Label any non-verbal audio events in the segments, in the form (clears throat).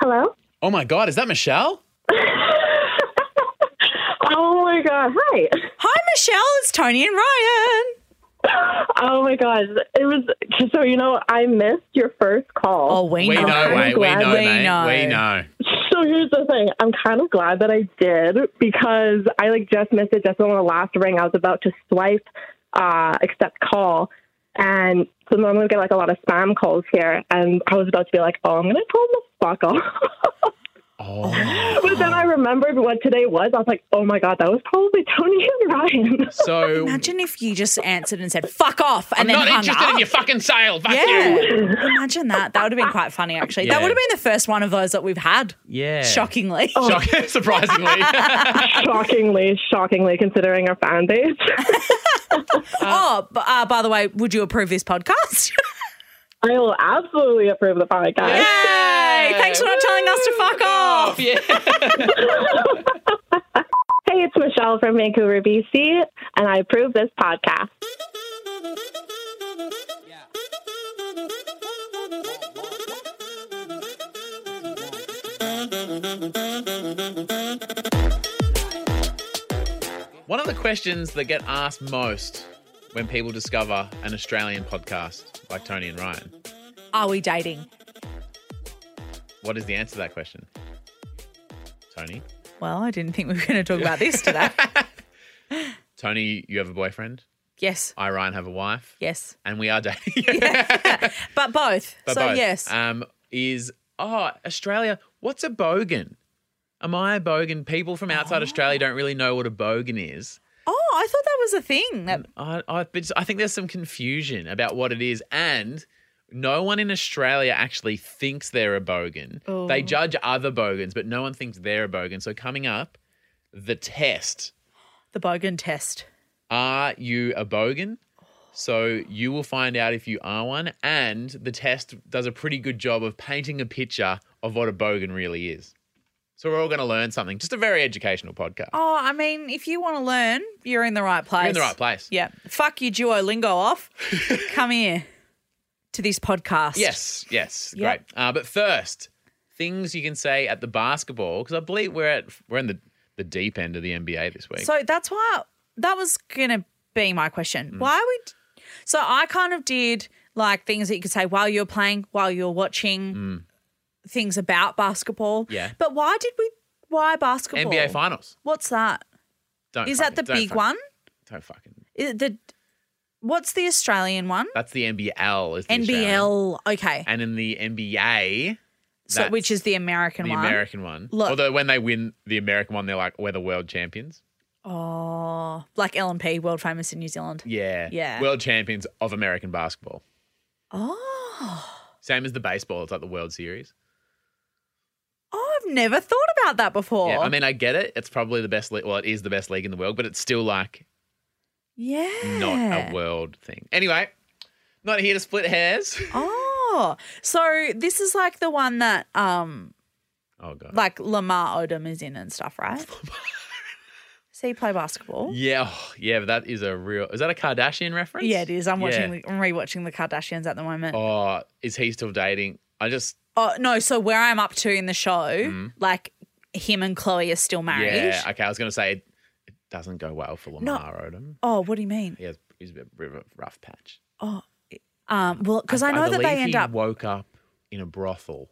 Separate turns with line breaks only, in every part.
Hello.
Oh my God, is that Michelle?
(laughs) Oh my god! Hi.
Hi, Michelle. It's Tony and Ryan.
Oh my god! It was so you know I missed your first
Oh,
call.
we,
we
know.
know,
I'm
mate. We
glad
know,
we
mate.
know.
We know.
So here's the thing. I'm kind of glad that I did because I like just missed it just on the last ring. I was about to swipe uh, accept call, and so normally we get like a lot of spam calls here, and I was about to be like, oh, I'm gonna call the fuck off. (laughs)
Oh.
but then I remembered what today was. I was like, oh my god, that was probably Tony and Ryan.
So
Imagine if you just answered and said "fuck off" and
I'm
then
not
hung
interested
up.
in your fucking sale. Fuck you.
yeah, imagine that. That would have been quite funny, actually.
Yeah.
That would have been the first one of those that we've had.
Yeah.
Shockingly.
Shock- (laughs) surprisingly.
shockingly, shockingly, considering our fan base.
(laughs)
(laughs)
oh, b- uh, by the way, would you approve this podcast? (laughs)
I will absolutely approve the podcast.
(laughs) Yay! Thanks for not telling us to fuck
Oh,
off.
Hey, it's Michelle from Vancouver, BC, and I approve this podcast.
One of the questions that get asked most when people discover an Australian podcast like Tony and Ryan,
Are we dating?
what is the answer to that question? Tony?
Well, I didn't think we were going to talk about this
(laughs)
today.
Tony, you have a boyfriend.
yes.
I, Ryan, have a wife.
Yes.
And we are dating.
But both.
But
so,
both.
yes.
Um, is, oh, Australia, what's a bogan? Am I a bogan? People from outside Australia don't really know what a bogan is.
oh, I thought that was a thing. That
I, I, but I think there's some confusion about what it is, and no one in Australia actually thinks they're a bogan.
Oh.
They judge other bogans, but no one thinks they're a bogan. So coming up, the test:
the Bogan test.
Are you a bogan? So you will find out if you are one, and the test does a pretty good job of painting a picture of what a bogan really is. So we're all going to learn something. Just a very educational podcast.
Oh, I mean, if you want to learn, you're in the right place.
You're in the right place.
Yeah. Fuck you,
(laughs)
Duolingo off. Come here to this podcast.
Yes, yes,
Yep.
great. Uh, but first, things you can say at the basketball because I believe we're at we're in the the deep end of the NBA this week.
So that's why that was going to be my question.
Hmm.
Why would. So I kind of did like things that you could say while you're playing, while you're watching things about basketball.
Hmm. Yeah.
But why did we. Why basketball?
NBA Finals.
What's that?
Don't
Is
fucking-
that the
don't
big
fuck-
one?
Don't fucking.
Is it the what's the Australian one?
That's the NBL. Is the Australian.
NBL. Okay,
And in the NBA,
so
that's
which is the American
the
one?
American one.
Look-
Although when they win the American one, they're like we're the world champions.
oh, like LNP, world famous in New Zealand.
Yeah.
Yeah.
World champions of American basketball.
Oh,
Same as the baseball. It's like the World Series.
oh, I've never thought about that before.
Yeah. I mean, I get it. It's probably the best. league. Well, it is the best league in the world, but it's still like
yeah,
not a world thing. Anyway, not here to split hairs.
Oh, so this is like the one that um,
Oh god.
like Lamar Odom is in and stuff, right? So you play basketball.
(laughs) yeah, oh, yeah, but that is a real. Is that a Kardashian reference?
Yeah, it is. I'm watching.
Yeah.
The, I'm rewatching the Kardashians at the moment.
Oh, is he still dating? I just
Oh no! So where I'm up to in the show, like him and Chloe are still married.
Mm-hmm. yeah. Okay, I was gonna say it, it doesn't go well for Lamar Odom.
Oh, what do you mean?
He has he's a bit of a rough patch.
Um, well, because I know that
believe
they end
he
up.
woke up in a brothel.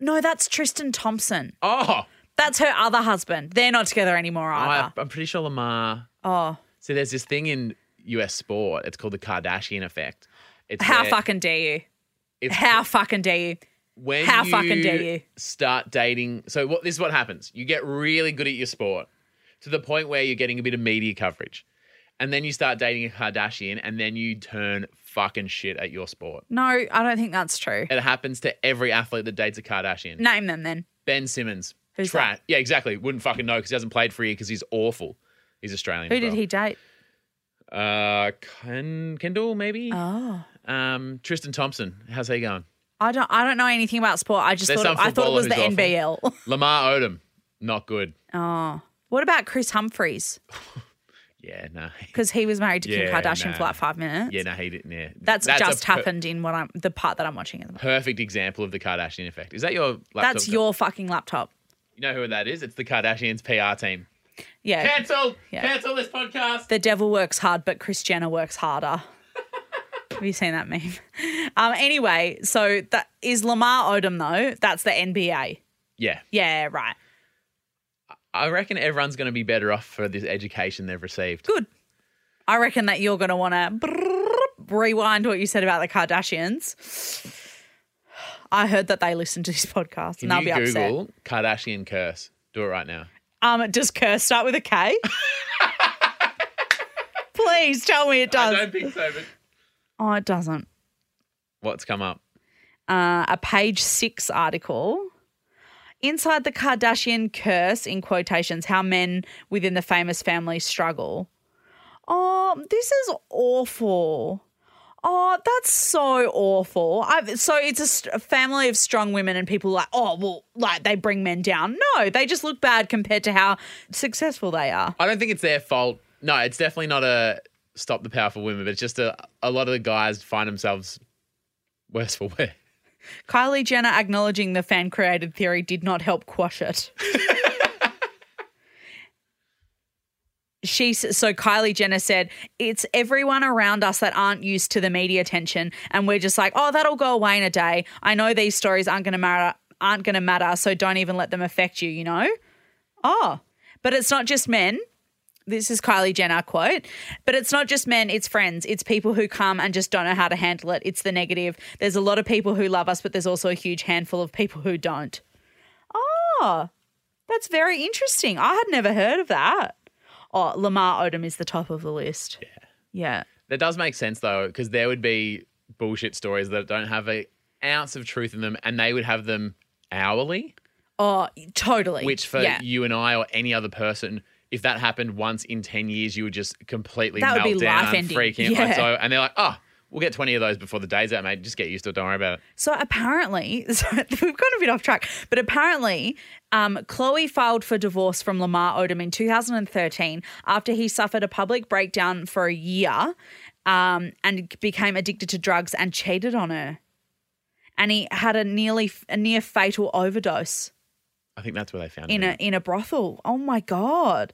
No, that's Tristan Thompson.
Oh,
That's her other husband. They're not together anymore
I,
either.
I'm pretty sure Lamar.
oh,
See, there's this thing in U.S. sport. It's called the Kardashian effect. It's
how
where
fucking dare you?
it's-
How fucking dare you?
when
How
you
fucking dare you.
start dating so what this is what happens you get really good at your sport to the point where you're getting a bit of media coverage and then you start dating a kardashian and then you turn fucking shit at your sport
No, I don't think that's true.
it happens to every athlete that dates a kardashian
Name them then.
ben simmons
Who's
Tra- yeah exactly wouldn't fucking know because he hasn't played for a year because he's awful he's australian
Who
as
did
well.
he date?
uh Ken- kendall maybe
Oh,
um tristan thompson how's he going
I don't. I don't know anything about sport. I just
There's
thought. It,
some
I thought it was the
footballer who's
(laughs) NBL.
lamar odom not good
oh, what about Chris Humphreys?
Yeah, no.
because he was married to Kim
Yeah,
Kardashian for
nah.
like five
(laughs)
minutes.
Yeah, no, he didn't. Yeah.
That's,
a
just
per-
happened in what I'm the part that I'm watching at the moment.
Perfect example of the Kardashian effect. Is that your laptop?
That's your fucking laptop.
You know who that is? It's the Kardashians PR team.
Yeah.
Cancel!
Yeah.
Cancel this podcast!
The devil works hard, but Chris Jenner works harder. Have you seen that meme? Um, anyway, so that is Lamar Odom though. That's the NBA.
Yeah.
Yeah, right.
I reckon everyone's going to be better off for this education they've received.
Good. I reckon that you're going to want to rewind what you said about the Kardashians. I heard that they listen to this podcast,
Can
and I'll
you
be upset.
Google Kardashian curse? Do it right now.
Um, does curse start with a K?
(laughs)
Please tell me it does.
think so, but.
Oh, it doesn't.
What's come up?
Uh, a page six article. Inside the Kardashian curse, in quotations, how men within the famous family struggle. Oh, this is awful. Oh, that's so awful. i so it's a, st- a family of strong women, and people are like, oh, well, like they bring men down. No, they just look bad compared to how successful they are.
I don't think it's their fault. No, it's definitely not a stop the powerful women, but it's just a, a lot of the guys find themselves worse for wear.
Kylie Jenner acknowledging the fan created theory did not help quash it. She s- so Kylie Jenner said it's everyone around us that aren't used to the media attention, and we're just like, oh, that'll go away in a day. I know these stories aren't going to matter, aren't going to matter, so don't even let them affect you. You know? Oh, but it's not just men. This is Kylie Jenner quote, but it's not just men, it's friends. It's people who come and just don't know how to handle it. It's the negative. There's a lot of people who love us, but there's also a huge handful of people who don't. Oh, that's very interesting. I had never heard of that. Oh, Lamar Odom is the top of the list. Yeah. Yeah.
That does make sense though, because there would be bullshit stories that don't have a ounce of truth in them, and they would have them hourly.
Oh, totally.
Which for
yeah.
you and I or any other person, if that happened once in ten years, you would just completely
That would
melt
be
down,
life-ending.
freak out.
Yeah.
So, and they're like, oh, we'll get twenty of those before the day's out, mate. Just get used to it. Don't worry about it.
So apparently, (laughs) so we've gone a bit off track, but apparently, um, Chloe filed for divorce from Lamar Odom in 2013 after he suffered a public breakdown for a year um, and became addicted to drugs and cheated on her. And he had a nearly a near fatal overdose
I think that's where they found
in
him.
a in a brothel. Oh my god!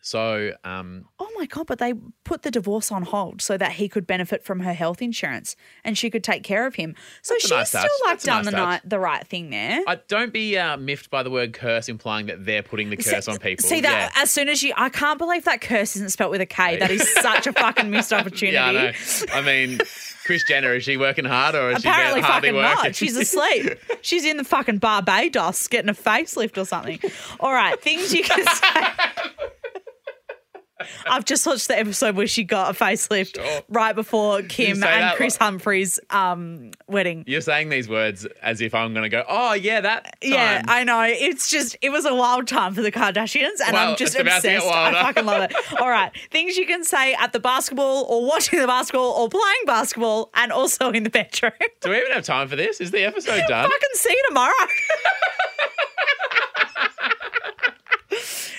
So, um,
Oh my god! But they put the divorce on hold so that he could benefit from her health insurance and she could take care of him. So
That's a
she's
nice
still
touch.
like
That's a
done
nice
the
touch.
night the right thing there.
I don't be uh, miffed by the word curse, implying that they're putting the curse
See-
on people.
See that as soon as you, I can't believe that curse isn't spelt with a K.
(laughs)
That is such a fucking missed
Yeah.
opportunity.
yeah, I know. I mean, Chris Jenner is she working hard or is
Apparently,
she hardly
fucking
working?
not. She's asleep. She's in the fucking Barbados getting a facelift or something. All right, things you can
(laughs)
say. I've just watched the episode where she got a facelift
Sure.
right before Kim
say
and
that
Chris
like-
Humphrey's um, wedding.
(laughs) You're saying these words as if I'm going to go, oh, yeah, that. Time.
Yeah, I know. It's just it was a wild time for the Kardashians, and
Well,
I'm just
it's about to get
obsessed. I
wilder.
fucking love
(laughs)
it. All right, things you can say at the basketball, or watching the basketball, or playing basketball, and also in the bedroom. (laughs)
Do we even have time for this? Is the episode done?
Fucking see you tomorrow. (laughs)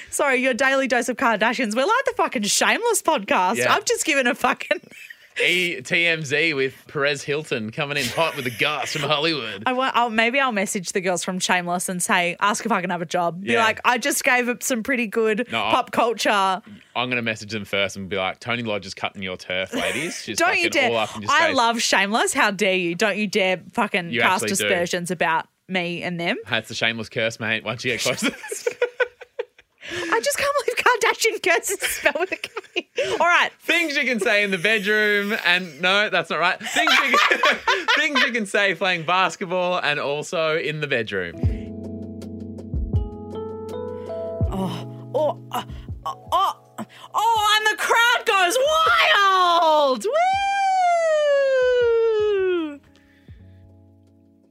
Sorry, your daily dose of Kardashians. We're like the fucking shameless podcast.
Yeah.
I've just given a fucking. (laughs)
E- TMZ with Perez Hilton coming in hot with the gas from
(laughs)
Hollywood.
I want, I'll, maybe I'll message the girls from Shameless and say, ask if I can have a job. Be
Yeah.
like, I just gave up some pretty good
No, I-
pop culture.
I'm going to message them first and be like, Tony Lodge is cutting your turf, ladies. She's
Don't
fucking
you dare!
all up in your
I
space.
love Shameless. How dare you? Don't you dare fucking
You
cast
actually do.
aspersions about me and them.
That's the shameless curse, mate. Once you get close
(laughs)
to this.
I just can't believe Kardashian curses (laughs) is spelled with a K. All right,
Things you can say in the bedroom, and no, that's not right. Things you can, (laughs) things you can say playing basketball, and also in the bedroom.
Oh, uh, oh, oh, and the crowd goes wild! Woo!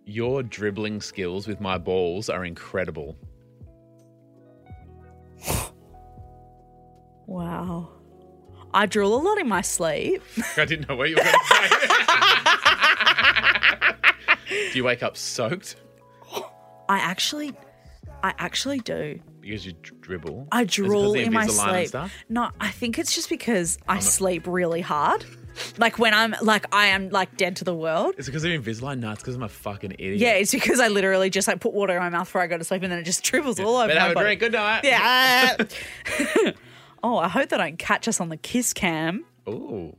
Your dribbling skills with my balls are incredible.
Wow. I drool a lot in my sleep.
(laughs) I didn't know what you were going to (laughs) say. Do you wake up soaked?
I actually, I actually do.
because you dr- dribble.
I
Is it 'cause
drool
the
in my
Invisalign and
sleep.
stuff?
No, I think it's just because I sleep really hard. Like when I'm like I am like dead to the world.
Is it because of Invisalign? No, it's because I'm a fucking idiot.
Yeah, it's because I literally just like put water in my mouth before I go to sleep and then it just dribbles all over
Better
my
have a
body.
drink. Good night.
Yeah. (laughs) oh, I hope they don't catch us on the kiss cam.
Ooh.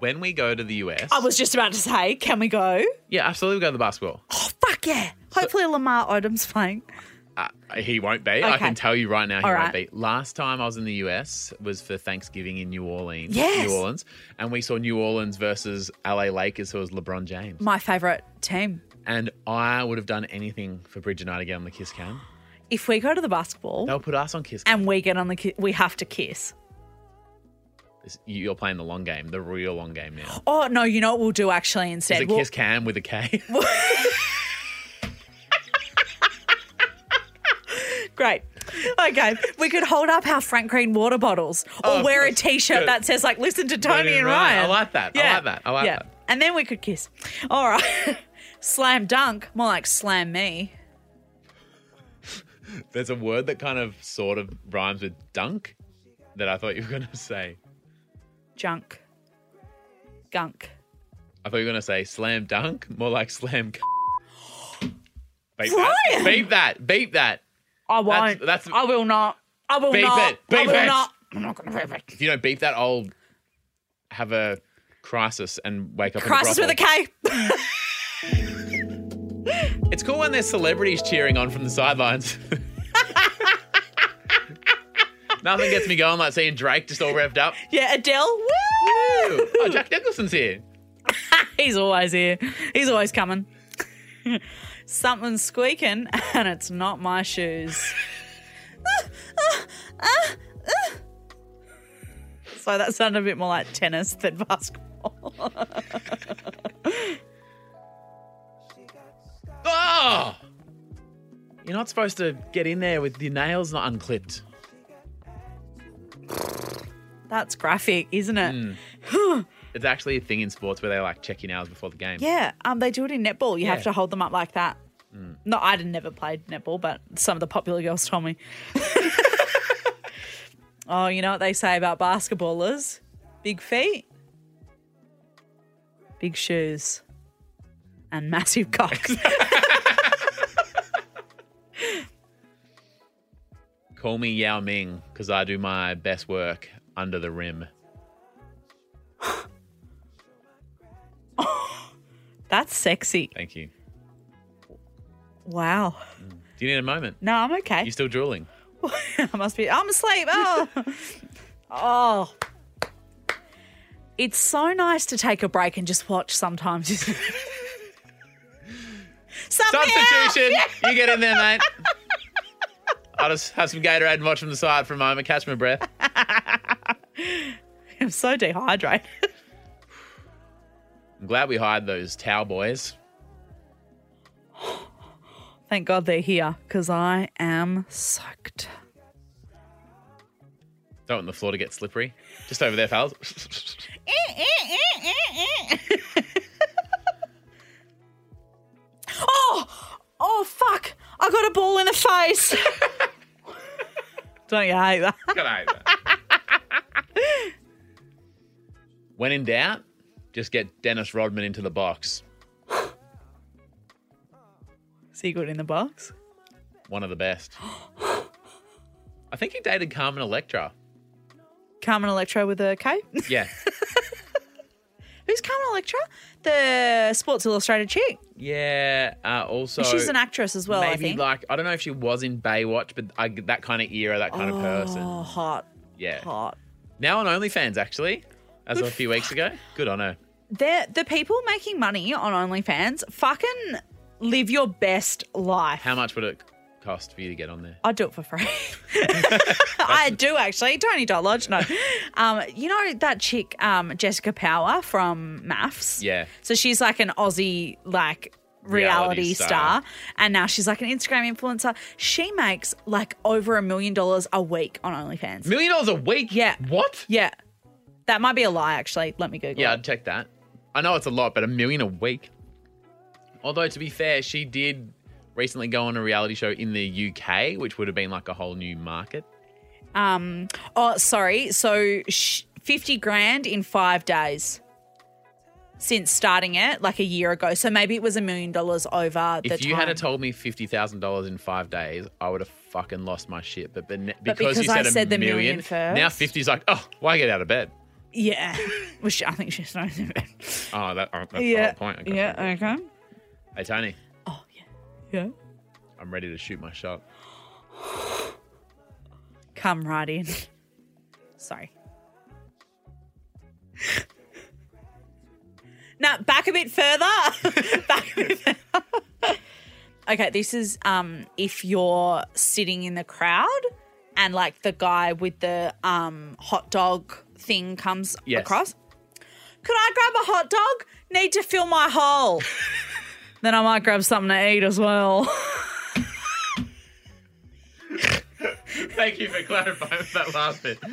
When we go to the US,
I was just about to say, can we go?
yeah, absolutely, we go to the basketball.
Oh fuck yeah! Hopefully Lamar Odom's playing.
Uh, he won't be. I
Okay.
can tell you right now, he
All
won't
right.
be. Last time I was in the US was for Thanksgiving in New Orleans.
Yes.
New Orleans, and we saw New Orleans versus LA Lakers, who was LeBron James.
My favorite team.
And I would have done anything for Bridget and I to get on the kiss cam.
If we go to the basketball
They'll put us on kiss. Cam.
and we get on the, ki- we have to kiss.
This- you- You're playing the long game, the real long game now.
Oh no, you know what we'll do actually
It's
instead.
a
We'll-
kiss cam with a
(laughs)
K.
Great. Okay. We could hold up our Frank Green water bottles or
Oh,
wear a
that's
t shirt
good.
that says, like, listen to
Tony
Tony and
and Ryan.
Ryan.
I like that. I like that. I like that.
And then we could kiss. All right. (laughs) slam dunk. More like slam me.
(laughs) There's a word that kind of sort of rhymes with dunk that I thought you were going to say.
Junk. Gunk.
I thought you were gonna say slam dunk, more like slam. (laughs) C- beep
Ryan!
that! Beep that! Beep that!
I won't.
that's-
I will not. I will
Beep
not.
it. Beep
I will
it.
not. I'm not going to beep it.
If you don't beep that, I'll have a crisis and wake up.
Crisis
in
with
a
a
brothel.
K. (laughs)
It's cool when there's celebrities cheering on from the
(laughs)
sidelines. Nothing gets me going like seeing Drake just all revved
(laughs)
up.
Yeah, Adele. Woo!
Ooh, oh, Jack Nicholson's here.
He's always here. He's always coming. (laughs) Something's squeaking, and it's not my shoes. so that sounded a bit more like tennis than basketball.
Oh! You're not supposed to get in there with your nails not unclipped.
That's graphic, isn't it?
It's actually a thing in sports where they like check your nails before the game.
Yeah. Um, they do it in netball. You have
Yeah.
to hold them up like that. No, I'd never played netball, but some of the popular girls told me. oh, you know what they say about basketballers? Big feet, big shoes, and massive (laughs) cocks.
Call me Yao Ming because I do my best work under the rim.
That's sexy.
Thank you.
Wow.
Do you need a moment?
No, I'm okay.
You're still drooling.
I (laughs) must be. I'm asleep. Oh. oh. It's so nice to take a break and just watch sometimes. (laughs) Sub me out!
Substitution. You get in there, mate. I'll just have some Gatorade and watch from the side for a moment, catch my breath.
I'm so dehydrated. (laughs)
I'm glad we hired those towel boys.
Thank God they're here because I am soaked.
Don't want the floor to get slippery. Just over there, fellas. (laughs)
oh, oh, fuck. I got a ball in the face. (laughs) Don't you hate that? (laughs)
Good over. when in doubt, just get Dennis Rodman into the box.
Secret in the box.
One of the best. (gasps) I think he dated Carmen Electra.
Carmen Electro with a K. (laughs)
Yeah.
Who's Carmen Electra? The Sports Illustrated chick.
Yeah. Uh, also,
She's an actress as well,
maybe
Oh, I think.
like I don't know if she was in Baywatch, but I, that kind of era, that kind of
oh,
person.
hot,
Yeah.
hot.
Now on OnlyFans, actually, as of a few weeks
(laughs)
ago. Good on her.
They're, the people making money on OnlyFans fucking live your best life.
How much would it cost for you to get on there?
I'd do it
(laughs)
for free. I do actually. Tony Dot Lodge. No. Um, you know that chick, um, Jessica Power from Maths?
Yeah.
So she's like an Aussie, like, reality,
Reality
star.
star.
And now she's like an Instagram influencer. She makes like over a million dollars a week on OnlyFans.
Million dollars a week?
Yeah.
What?
Yeah. That might be a lie, actually. Let me Google
Yeah,
it.
I'd check that. I know it's a lot, but a million a week. Although to be fair, she did recently go on a reality show in the UK, which would have been like a whole new market.
Um, oh, sorry. So sh- 50 grand in five days since starting it like a year ago. So maybe it was a million dollars over the
If you
time.
had had told me fifty thousand dollars in five days, I would have fucking lost my shit. But, ben- because,
because
you
I
said, a
said the
million,
million first.
now fifty's like, oh, why get out of bed?
yeah. (laughs) Which I think she's not in bed.
Oh, that, oh, that's
Yeah.
the whole point. Okay.
Yeah, okay.
Hey Tony,
Oh, yeah. Yeah.
I'm ready to shoot my shot.
Come right in. Sorry. now back a bit further. (laughs) back a bit further. okay, this is um if you're sitting in the crowd and like the guy with the um hot dog thing comes
Yes.
across. Could I grab a hot dog? Need to fill my hole. (laughs) then I might grab something to eat as well. (laughs)
Thank you for clarifying that last bit. (laughs)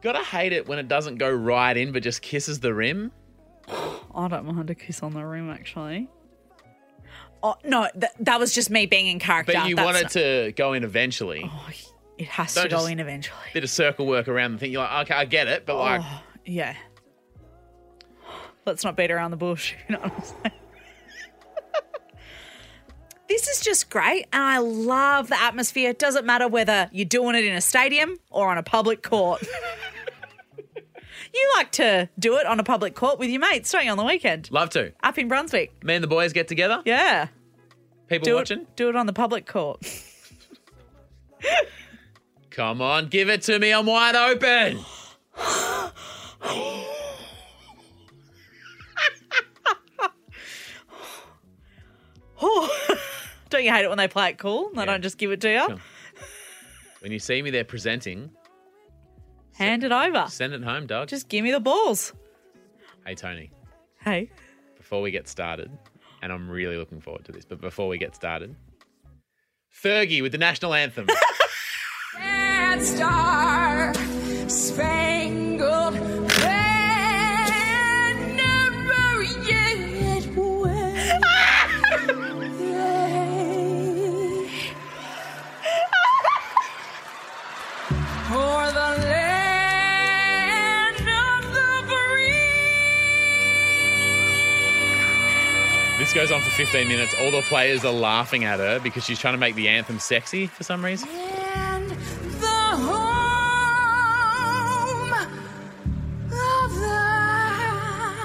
Gotta hate it when it doesn't go right in, but just kisses the rim.
I don't mind a kiss on the rim, actually. Oh no, th- that was just me being in character.
But you
That's
want it
not-
to go in eventually.
Oh, it has
Don't
to go
just-
in eventually.
Bit of circle work around the thing. You're like, okay, I get it, but like,
Oh, yeah. Let's not beat around the bush. (laughs) You know what I'm saying? this is just great, and I love the atmosphere. It doesn't matter whether you're doing it in a stadium or on a public court. (laughs) you like to do it on a public court with your mates, don't you, on the weekend?
love to.
Up in Brunswick.
Me and the boys get together.
Yeah.
People
do
watching.
It, do it on the public court.
Come on, give it to me. I'm wide open.
Oh, (laughs) don't you hate it when they play it cool? They
Yeah.
don't just give it to you.
Sure. When you see me there presenting,
Hand it over.
send it home, dog.
Just give me the balls.
hey, Tony.
Hey.
before we get started, and I'm really looking forward to this, but before we get started, Fergie with the national anthem.
(laughs)
And star spangled banner yet wave. For the land of the free.
this goes on for 15 minutes. All the players are laughing at her because she's trying to make the anthem sexy for some reason.
And the home of the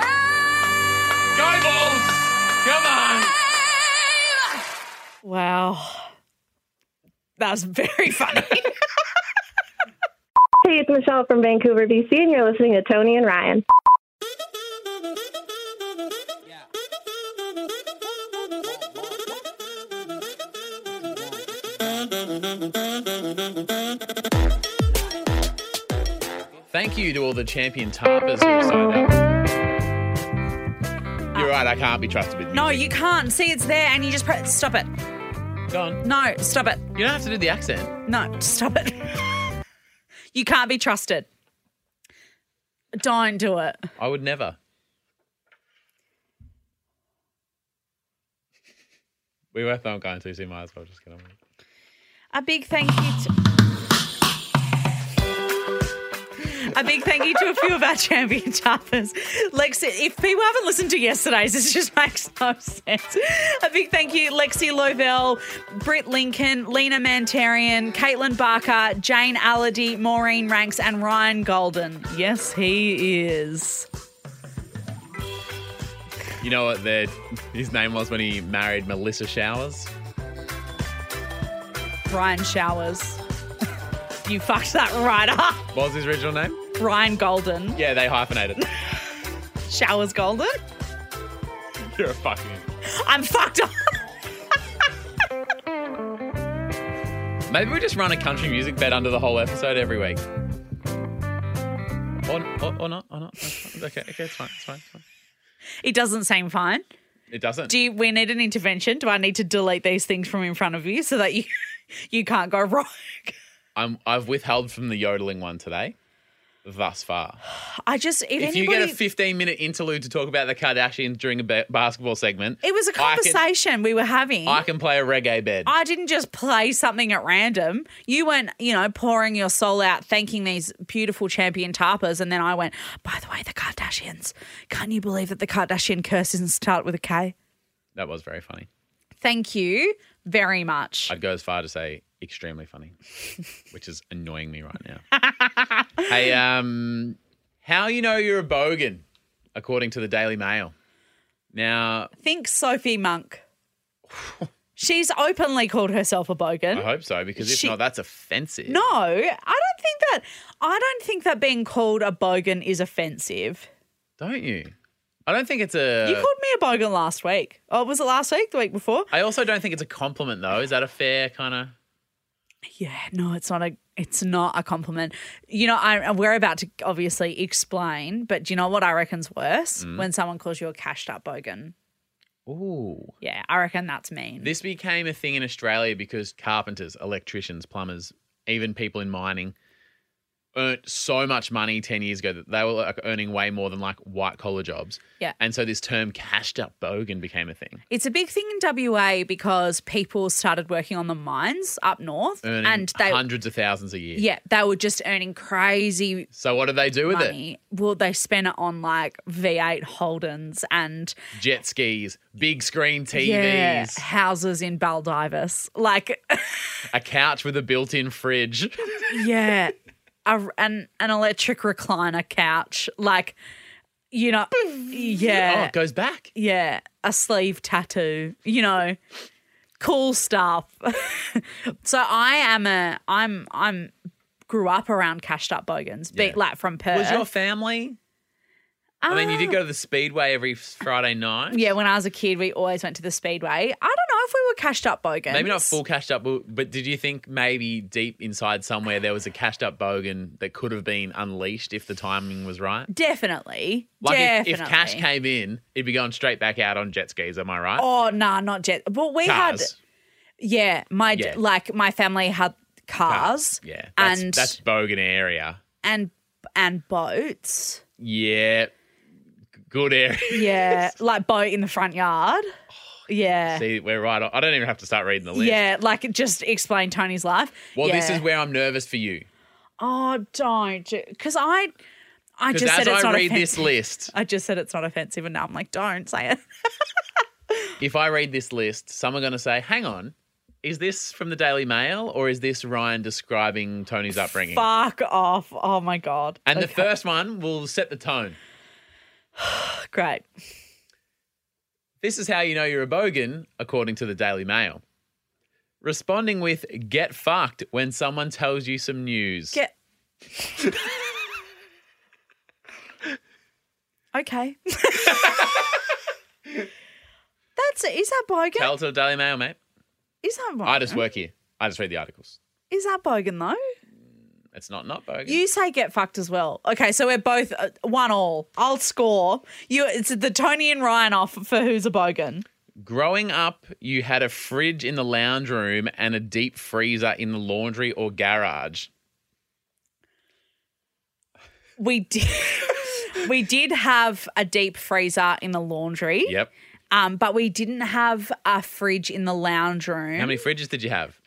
brave.
Go balls! Come on!
Wow. That was very (laughs) funny.
Hey, it's Michelle from Vancouver, BC, and you're listening to Tony and Ryan.
Thank you to all the champion tarpers who signed up. You're right, I can't be trusted with music.
no, you can't. See, it's there, and you just press. Stop it.
Go on.
No, stop it.
You don't have to do the accent.
No, stop it. (laughs) you can't be trusted. Don't do it.
I would never. We both aren't going to, so you might as well just get on with it.
A big thank you to. A big thank you to a few of our (laughs) champion tappers. Lexi, if people haven't listened to yesterday's, this just (laughs) makes no sense. A big thank you, Lexi Lovell, Britt Lincoln, Lena Mantarian, Caitlin Barker, Jane Allady, Maureen Ranks, and Ryan Golden. Yes, he is.
You know what their, his name was when he married Melissa Showers?
Ryan Showers. (laughs) you fucked that right up.
What was his original name?
Ryan Golden.
Yeah, they hyphenated.
Showers Golden.
(laughs) You're a fucking.
I'm fucked up.
Maybe we just run a country music bed under the whole episode every week. Or, or, or not, or not. That's fine. Okay, okay, it's fine, it's fine, it's fine.
It doesn't seem fine.
It doesn't.
Do you, we need an (laughs) intervention? Do I need to delete these things from in front of you so that you you can't go rogue?
I'm I've withheld from the yodeling one today, thus far.
I just if,
If
anybody
you get a 15 minute interlude to talk about the Kardashians during a ba- basketball segment,
it was a
I can-
conversation we were having.
I can play a reggae bed.
I didn't just play something at random. You went, you know, pouring your soul out, thanking these beautiful champion tarpers. And then I went, by the way, the Kardashians. Can't you believe that the Kardashian curse doesn't start with a K?
that was very funny.
Thank you very much.
I'd go as far to say extremely
(laughs)
funny, which is annoying me right now. hey, um, how you know you're a bogan, according to the Daily Mail. Now,
Think Sophie Monk. (laughs) She's openly called herself a bogan.
I hope so because if
She-
not, that's offensive.
No, I don't think that. I don't think that being called a bogan is offensive.
don't you? I don't think it's a.
you called me a bogan last week. Oh, was it last week? The week before?
I also don't think it's a compliment though. Is that a fair kind of?
Yeah, no, it's not a it's not a compliment. You know, I we're about to obviously explain, but do you know what I reckon's worse?
Mm.
When someone calls you a cashed up bogan.
Ooh.
Yeah, I reckon that's mean.
This became a thing in Australia because carpenters, electricians, plumbers, even people in mining earned so much money 10 years ago that they were like earning way more than like white collar jobs.
Yeah.
And so this term cashed up bogan became a thing.
it's a big thing in WA because people started working on the mines up north
Earning
and they
hundreds of thousands a year.
yeah, they were just earning crazy
So what do they do with
money. Well, they spent it on like V8 Holdens and
it? Jet skis, big screen TVs,
yeah, houses in Baldivis. Like (laughs)
a couch with a built-in fridge.
Yeah. A, an an electric recliner couch, like you know,
oh,
yeah,
it goes back.
yeah, a sleeve tattoo, you know, cool stuff. (laughs) so I am a I'm I'm grew up around cashed up bogans, be,
Yeah.
like from Perth.
Was your family? I mean, you did go to the Speedway every Friday night.
Um, yeah, when I was a kid, we always went to the speedway. I don't know if we were cashed up bogans.
Maybe not full cashed up, but but did you think maybe deep inside somewhere there was a cashed up bogan that could have been unleashed if the timing was right?
Definitely,
Like if,
definitely.
if cash came in, it'd be going straight back out on jet skis. Am I right?
Oh nah, not jet. Well, we had
Cars,
Yeah, my
Yeah.
like my family had
Cars.
cars,
Yeah, that's,
and
that's bogan area.
and and boats.
Yeah, good area.
Yeah, like boat in the front yard. Yeah,
Oh, See, we're right. On, I don't even have to start reading the list.
yeah, like it just explain Tony's life.
Well, this
Yeah.
is where I'm nervous for you
oh don't because I I
because
just
as
said it's
I
not
read
offensive.
this list,
I just said it's not offensive, and now I'm like, don't say it.
if I read this list, some are going to say, "Hang on." Is this from the Daily Mail or is this Ryan describing Tony's upbringing?
Fuck off! Oh my god!
And the
Okay,
first one will set the tone.
great.
This is how you know you're a bogan, according to the Daily Mail. Responding with get fucked when someone tells you some news.
(laughs) Get. (laughs) okay. That's it. Is that bogan?
Tell to the Daily Mail, mate.
is that bogan?
I just work here. I just read the articles.
Is that bogan though?
It's not not bogan.
You say get fucked as well. Okay, so we're both uh, one all. I'll score. You. It's the Tony and Ryan off for who's a bogan.
Growing up, you had a fridge in the lounge room and a deep freezer in the laundry or garage.
We (laughs) did. we did have a deep freezer in the laundry.
Yep.
Um, but we didn't have a fridge in the lounge room.
How many fridges did you have?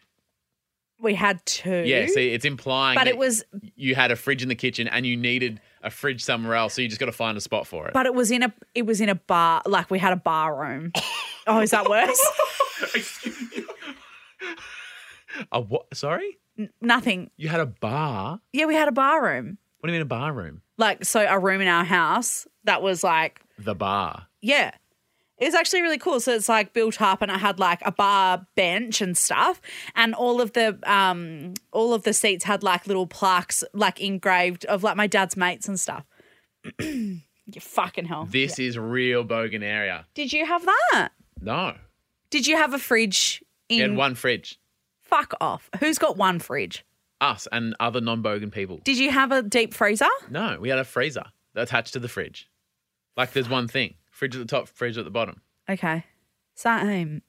We had two.
Yeah, see, it's implying
But
that
it was
you had a fridge in the kitchen and you needed a fridge somewhere else, so you just got to find a spot for it.
But it was in a it was in a bar like we had a bar room. oh, is that worse?
a what? Sorry?
Nothing.
You had a bar?
Yeah, we had a bar room.
What do you mean a bar room?
Like so a room in our house that was like
The bar.
yeah. It was actually really cool. So it's like built up and it had like a bar bench and stuff and all of the um all of the seats had like little plaques like engraved of like my dad's mates and stuff. (clears throat) you fucking hell.
This is real Bogan area.
Did you have that?
No.
Did you have a fridge in
You had one fridge.
fuck off. Who's got one fridge?
Us and other non Bogan people.
Did you have a deep freezer?
No, we had a freezer attached to the fridge. Like there's one thing fridge at the top, fridge at the bottom.
Okay. Same.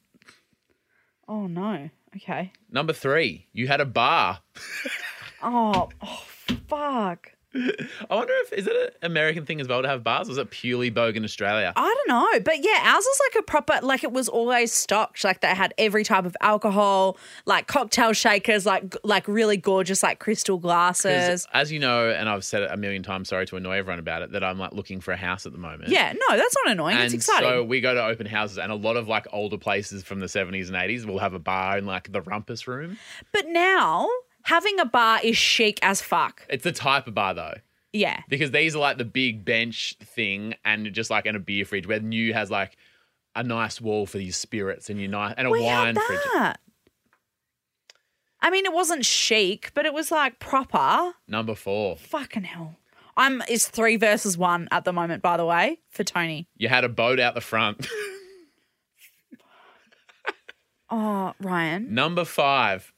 Oh no. Okay.
Number three, you had a bar.
Oh, oh fuck.
I wonder if is it an American thing as well to have bars? Or is it purely Bogan Australia?
I don't know, but yeah, ours was like a proper like it was always stocked. Like they had every type of alcohol, like cocktail shakers, like g- like really gorgeous like crystal
'Cause
glasses.
As you know, and I've said it a million times, sorry to annoy everyone about it, that I'm like looking for a house at the moment.
Yeah, no, that's not annoying.
And
it's exciting.
so we go to open houses, and a lot of like older places from the 70s and 80s will have a bar in like the rumpus room.
but now having a bar is chic as fuck.
It's the type of bar though,
Yeah.
because these are like the big bench thing, and just like in a beer fridge where New has like a nice wall for these spirits and your nice and a
We
wine
had
fridge.
that. I mean, it wasn't chic, but it was like proper.
Number four,
Fucking hell. I'm it's three versus one at the moment, by the way, for Tony.
you had a boat out the front. (laughs)
Oh, Ryan.
Number five.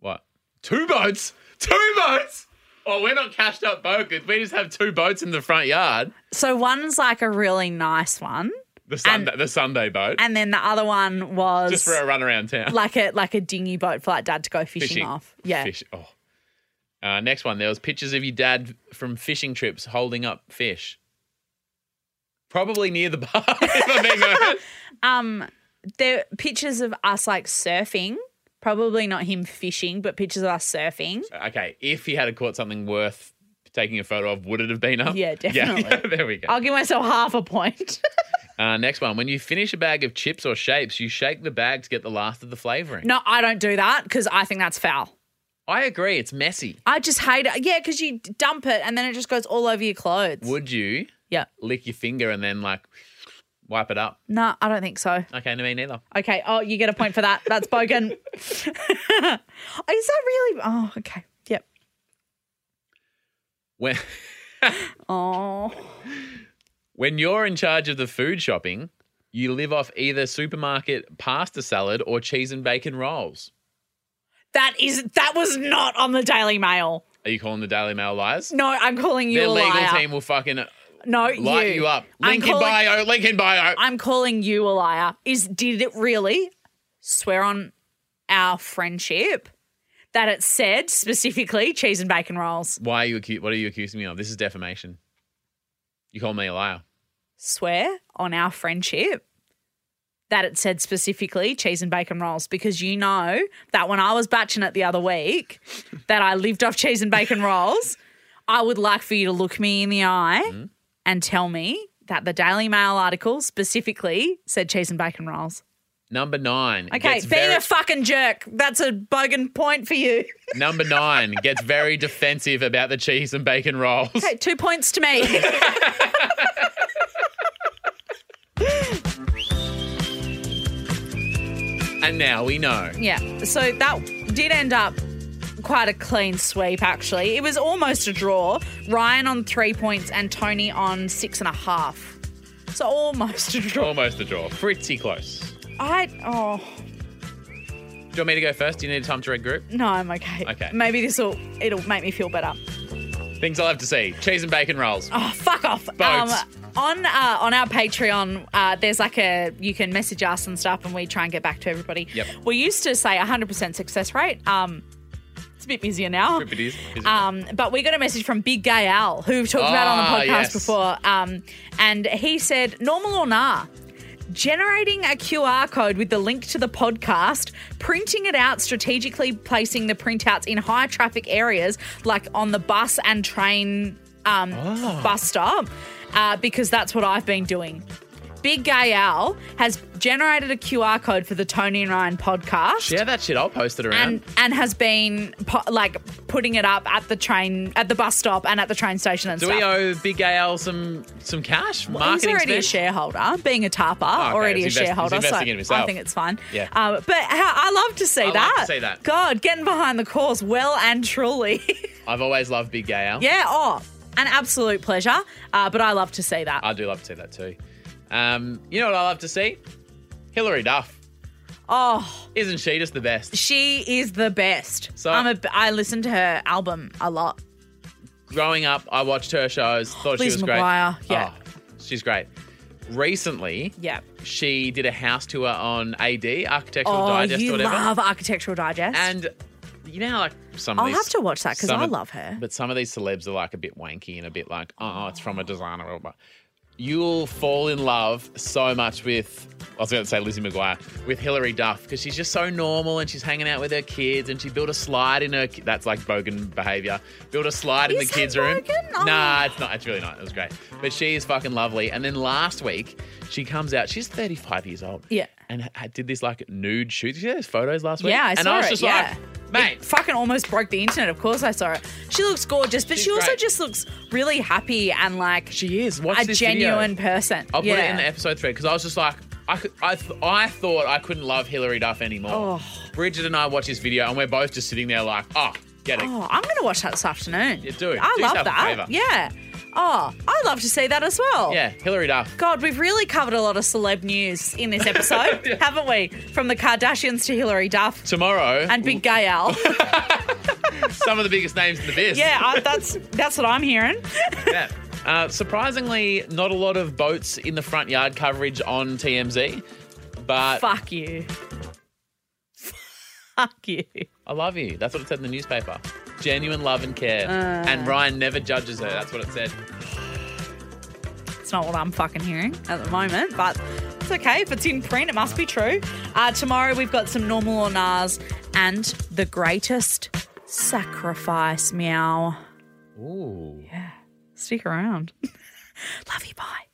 What? Two boats? Two boats? Oh, we're not cashed up bogus. We just have two boats in the front yard.
So one's like a really nice one,
The Sunday, the Sunday boat.
and then the other one was
just for a run around town. (laughs)
(laughs) like a like a dinghy boat for like dad to go fishing, off. Yeah.
Fish. Oh. Uh, next one. There was pictures of your dad from fishing trips holding up fish. Probably near the bar, (laughs) if I'm being
(laughs)
honest.
Um there are pictures of us like surfing. Probably not him fishing, but pictures of us surfing.
Okay, if he had caught something worth taking a photo of, would it have been up? (laughs)
Yeah, definitely.
there we go.
I'll give myself half a point. (laughs)
Uh, next one. When you finish a bag of chips or shapes, you shake the bag to get the last of the flavoring.
no, I don't do that because I think that's foul.
I agree. It's messy.
I just hate it. Yeah, because you dump it and then it just goes all over your clothes.
Would you
yeah.
lick your finger and then like wipe it up?
No, I don't think so.
Okay, no, me neither.
Okay. Oh, you get a point for that. That's bogan. (laughs) Is that really? Oh, okay. Yep.
When (laughs)
Oh,
when you're in charge of the food shopping, you live off either supermarket pasta salad or cheese and bacon rolls.
that is that was not on the Daily Mail.
Are you calling the Daily Mail liars?
No, I'm calling you
Their
a
legal
liar.
team will fucking
No,
light you, up.
I'm
Link in
calling,
bio. Link in bio.
I'm calling you a liar. Is did it really? Swear on our friendship that it said specifically cheese and bacon rolls.
Why are you accused? What are you accusing me of? This is defamation. You call me a liar.
Swear on our friendship. That it said specifically cheese and bacon rolls because you know that when I was batching it the other week, that I lived off cheese and bacon rolls. I would like for you to look me in the eye and tell me that the Daily Mail article specifically said cheese and bacon rolls.
Number nine.
Okay,
gets
being
very-
a (laughs) fucking jerk. That's a bogan point for you. (laughs)
Number nine gets very defensive about the cheese and bacon rolls. (laughs)
Okay, two points to me.
And now we know. (laughs)
yeah, so that did end up quite a clean sweep, actually. It was almost a draw. Ryan on three points and Tony on six and a half. So almost a draw.
Almost a draw. Pretty close.
I, oh,
Do you want me to go first? Do you need time to regroup?
no, I'm okay.
Okay.
Maybe this will, it'll make me feel better.
Things I'll have to see. Cheese and bacon rolls.
Oh, fuck off.
Boats.
on uh, on our Patreon, uh, there's like a you can message us and stuff, and we try and get back to everybody.
Yep.
We used to say 100% success rate. Um, it's a bit busier now.
Rip it is. Is it-
Um, but we got a message from Big Gay Al, who we've talked about on
Ah,
the podcast
yes.
before, um, and he said, "Normal or nah." Generating a QR code with the link to the podcast, printing it out, strategically placing the printouts in high traffic areas like on the bus and train um,
Ah.
bus stop, uh, because that's what I've been doing. Big Gay Al has generated a QR code for the Tony and Ryan podcast
Share that shit. I'll post it around.
and and has been po- like putting it up at the train at the bus stop and at the train station and
Do
stuff.
we owe Big AL some some cash?
He's
Marketing
already a
spend?
shareholder, being a tarper, already a
he's invest- he's
shareholder. so
investing in
I
himself.
think it's fine.
Yeah.
Um, but how, I love to see
I love
that.
to see that.
God, getting behind the cause, well and truly. (laughs)
I've always loved Big AL.
yeah. Oh, an absolute pleasure. Uh, but I love to see that.
I do love to see that too. Um, you know what I love to see? Hillary Duff.
oh,
Isn't she just the best?
she is the best.
So-
I'm a. I listen to her album a lot.
Growing up, I watched her shows, thought
Liz
she was great.
McGuire, yeah.
Oh, she's great. recently,
Yeah.
she did a house tour on AD, Architectural
Oh,
Digest or
you
whatever.
love Architectural Digest.
and you know, how, like some
I'll
of these,
have to watch that 'cause
some
I
of-
love her.
But some of these celebs are like a bit wanky and a bit like, oh, it's from a designer or what. You'll fall in love so much with. I was going to say Lizzie McGuire with Hilary Duff because she's just so normal and she's hanging out with her kids and she built a slide in her. ki- That's like bogan behavior. Built a slide in the
Is that
kids' room.
bogan? Oh.
Nah, it's not. It's really not. It was great. But she is fucking lovely. And then last week she comes out. She's 35 years old.
Yeah.
And ha- did this like nude shoot. Did you see those photos last week?
Yeah, I
and
saw
I was
it,
just
yeah.
like, mate,
fucking almost broke the internet. Of course, I saw it. She looks gorgeous, but
She's
she also
great.
just looks really happy and like
She is. Watch
a
this
genuine
Video.
person.
I'll put
yeah.
it in the episode thread because I was just like, I, could, I, th- I thought I couldn't love Hillary Duff anymore.
Oh.
Bridget and I watch this video and we're both just sitting there like, oh, get it.
Oh, I'm going to watch that this afternoon.
Yeah, do.
I
Do
love
yourself a
that.
favour.
Yeah. Oh, I'd love to see that as well.
Yeah, Hillary Duff.
God, we've really covered a lot of celeb news in
(laughs)
this episode, haven't we? From the Kardashians to Hillary Duff
Tomorrow,
and Big Gay Al.
(laughs) some of the biggest names in the biz.
yeah, I, that's that's what I'm hearing.
Yeah. Uh, surprisingly, not a lot of boats in the front yard coverage on TMZ, but
Fuck you. (laughs) Fuck you.
I love you. That's what it said in the newspaper. Genuine love and care.
Uh.
and Ryan never judges her. That's what it said.
It's not what I'm fucking hearing at the moment, but it's okay. If it's in print, it must be true. Uh, tomorrow we've got some normal or Nas and the greatest sacrifice meow.
Ooh.
Stick around. (laughs) Love you. Bye.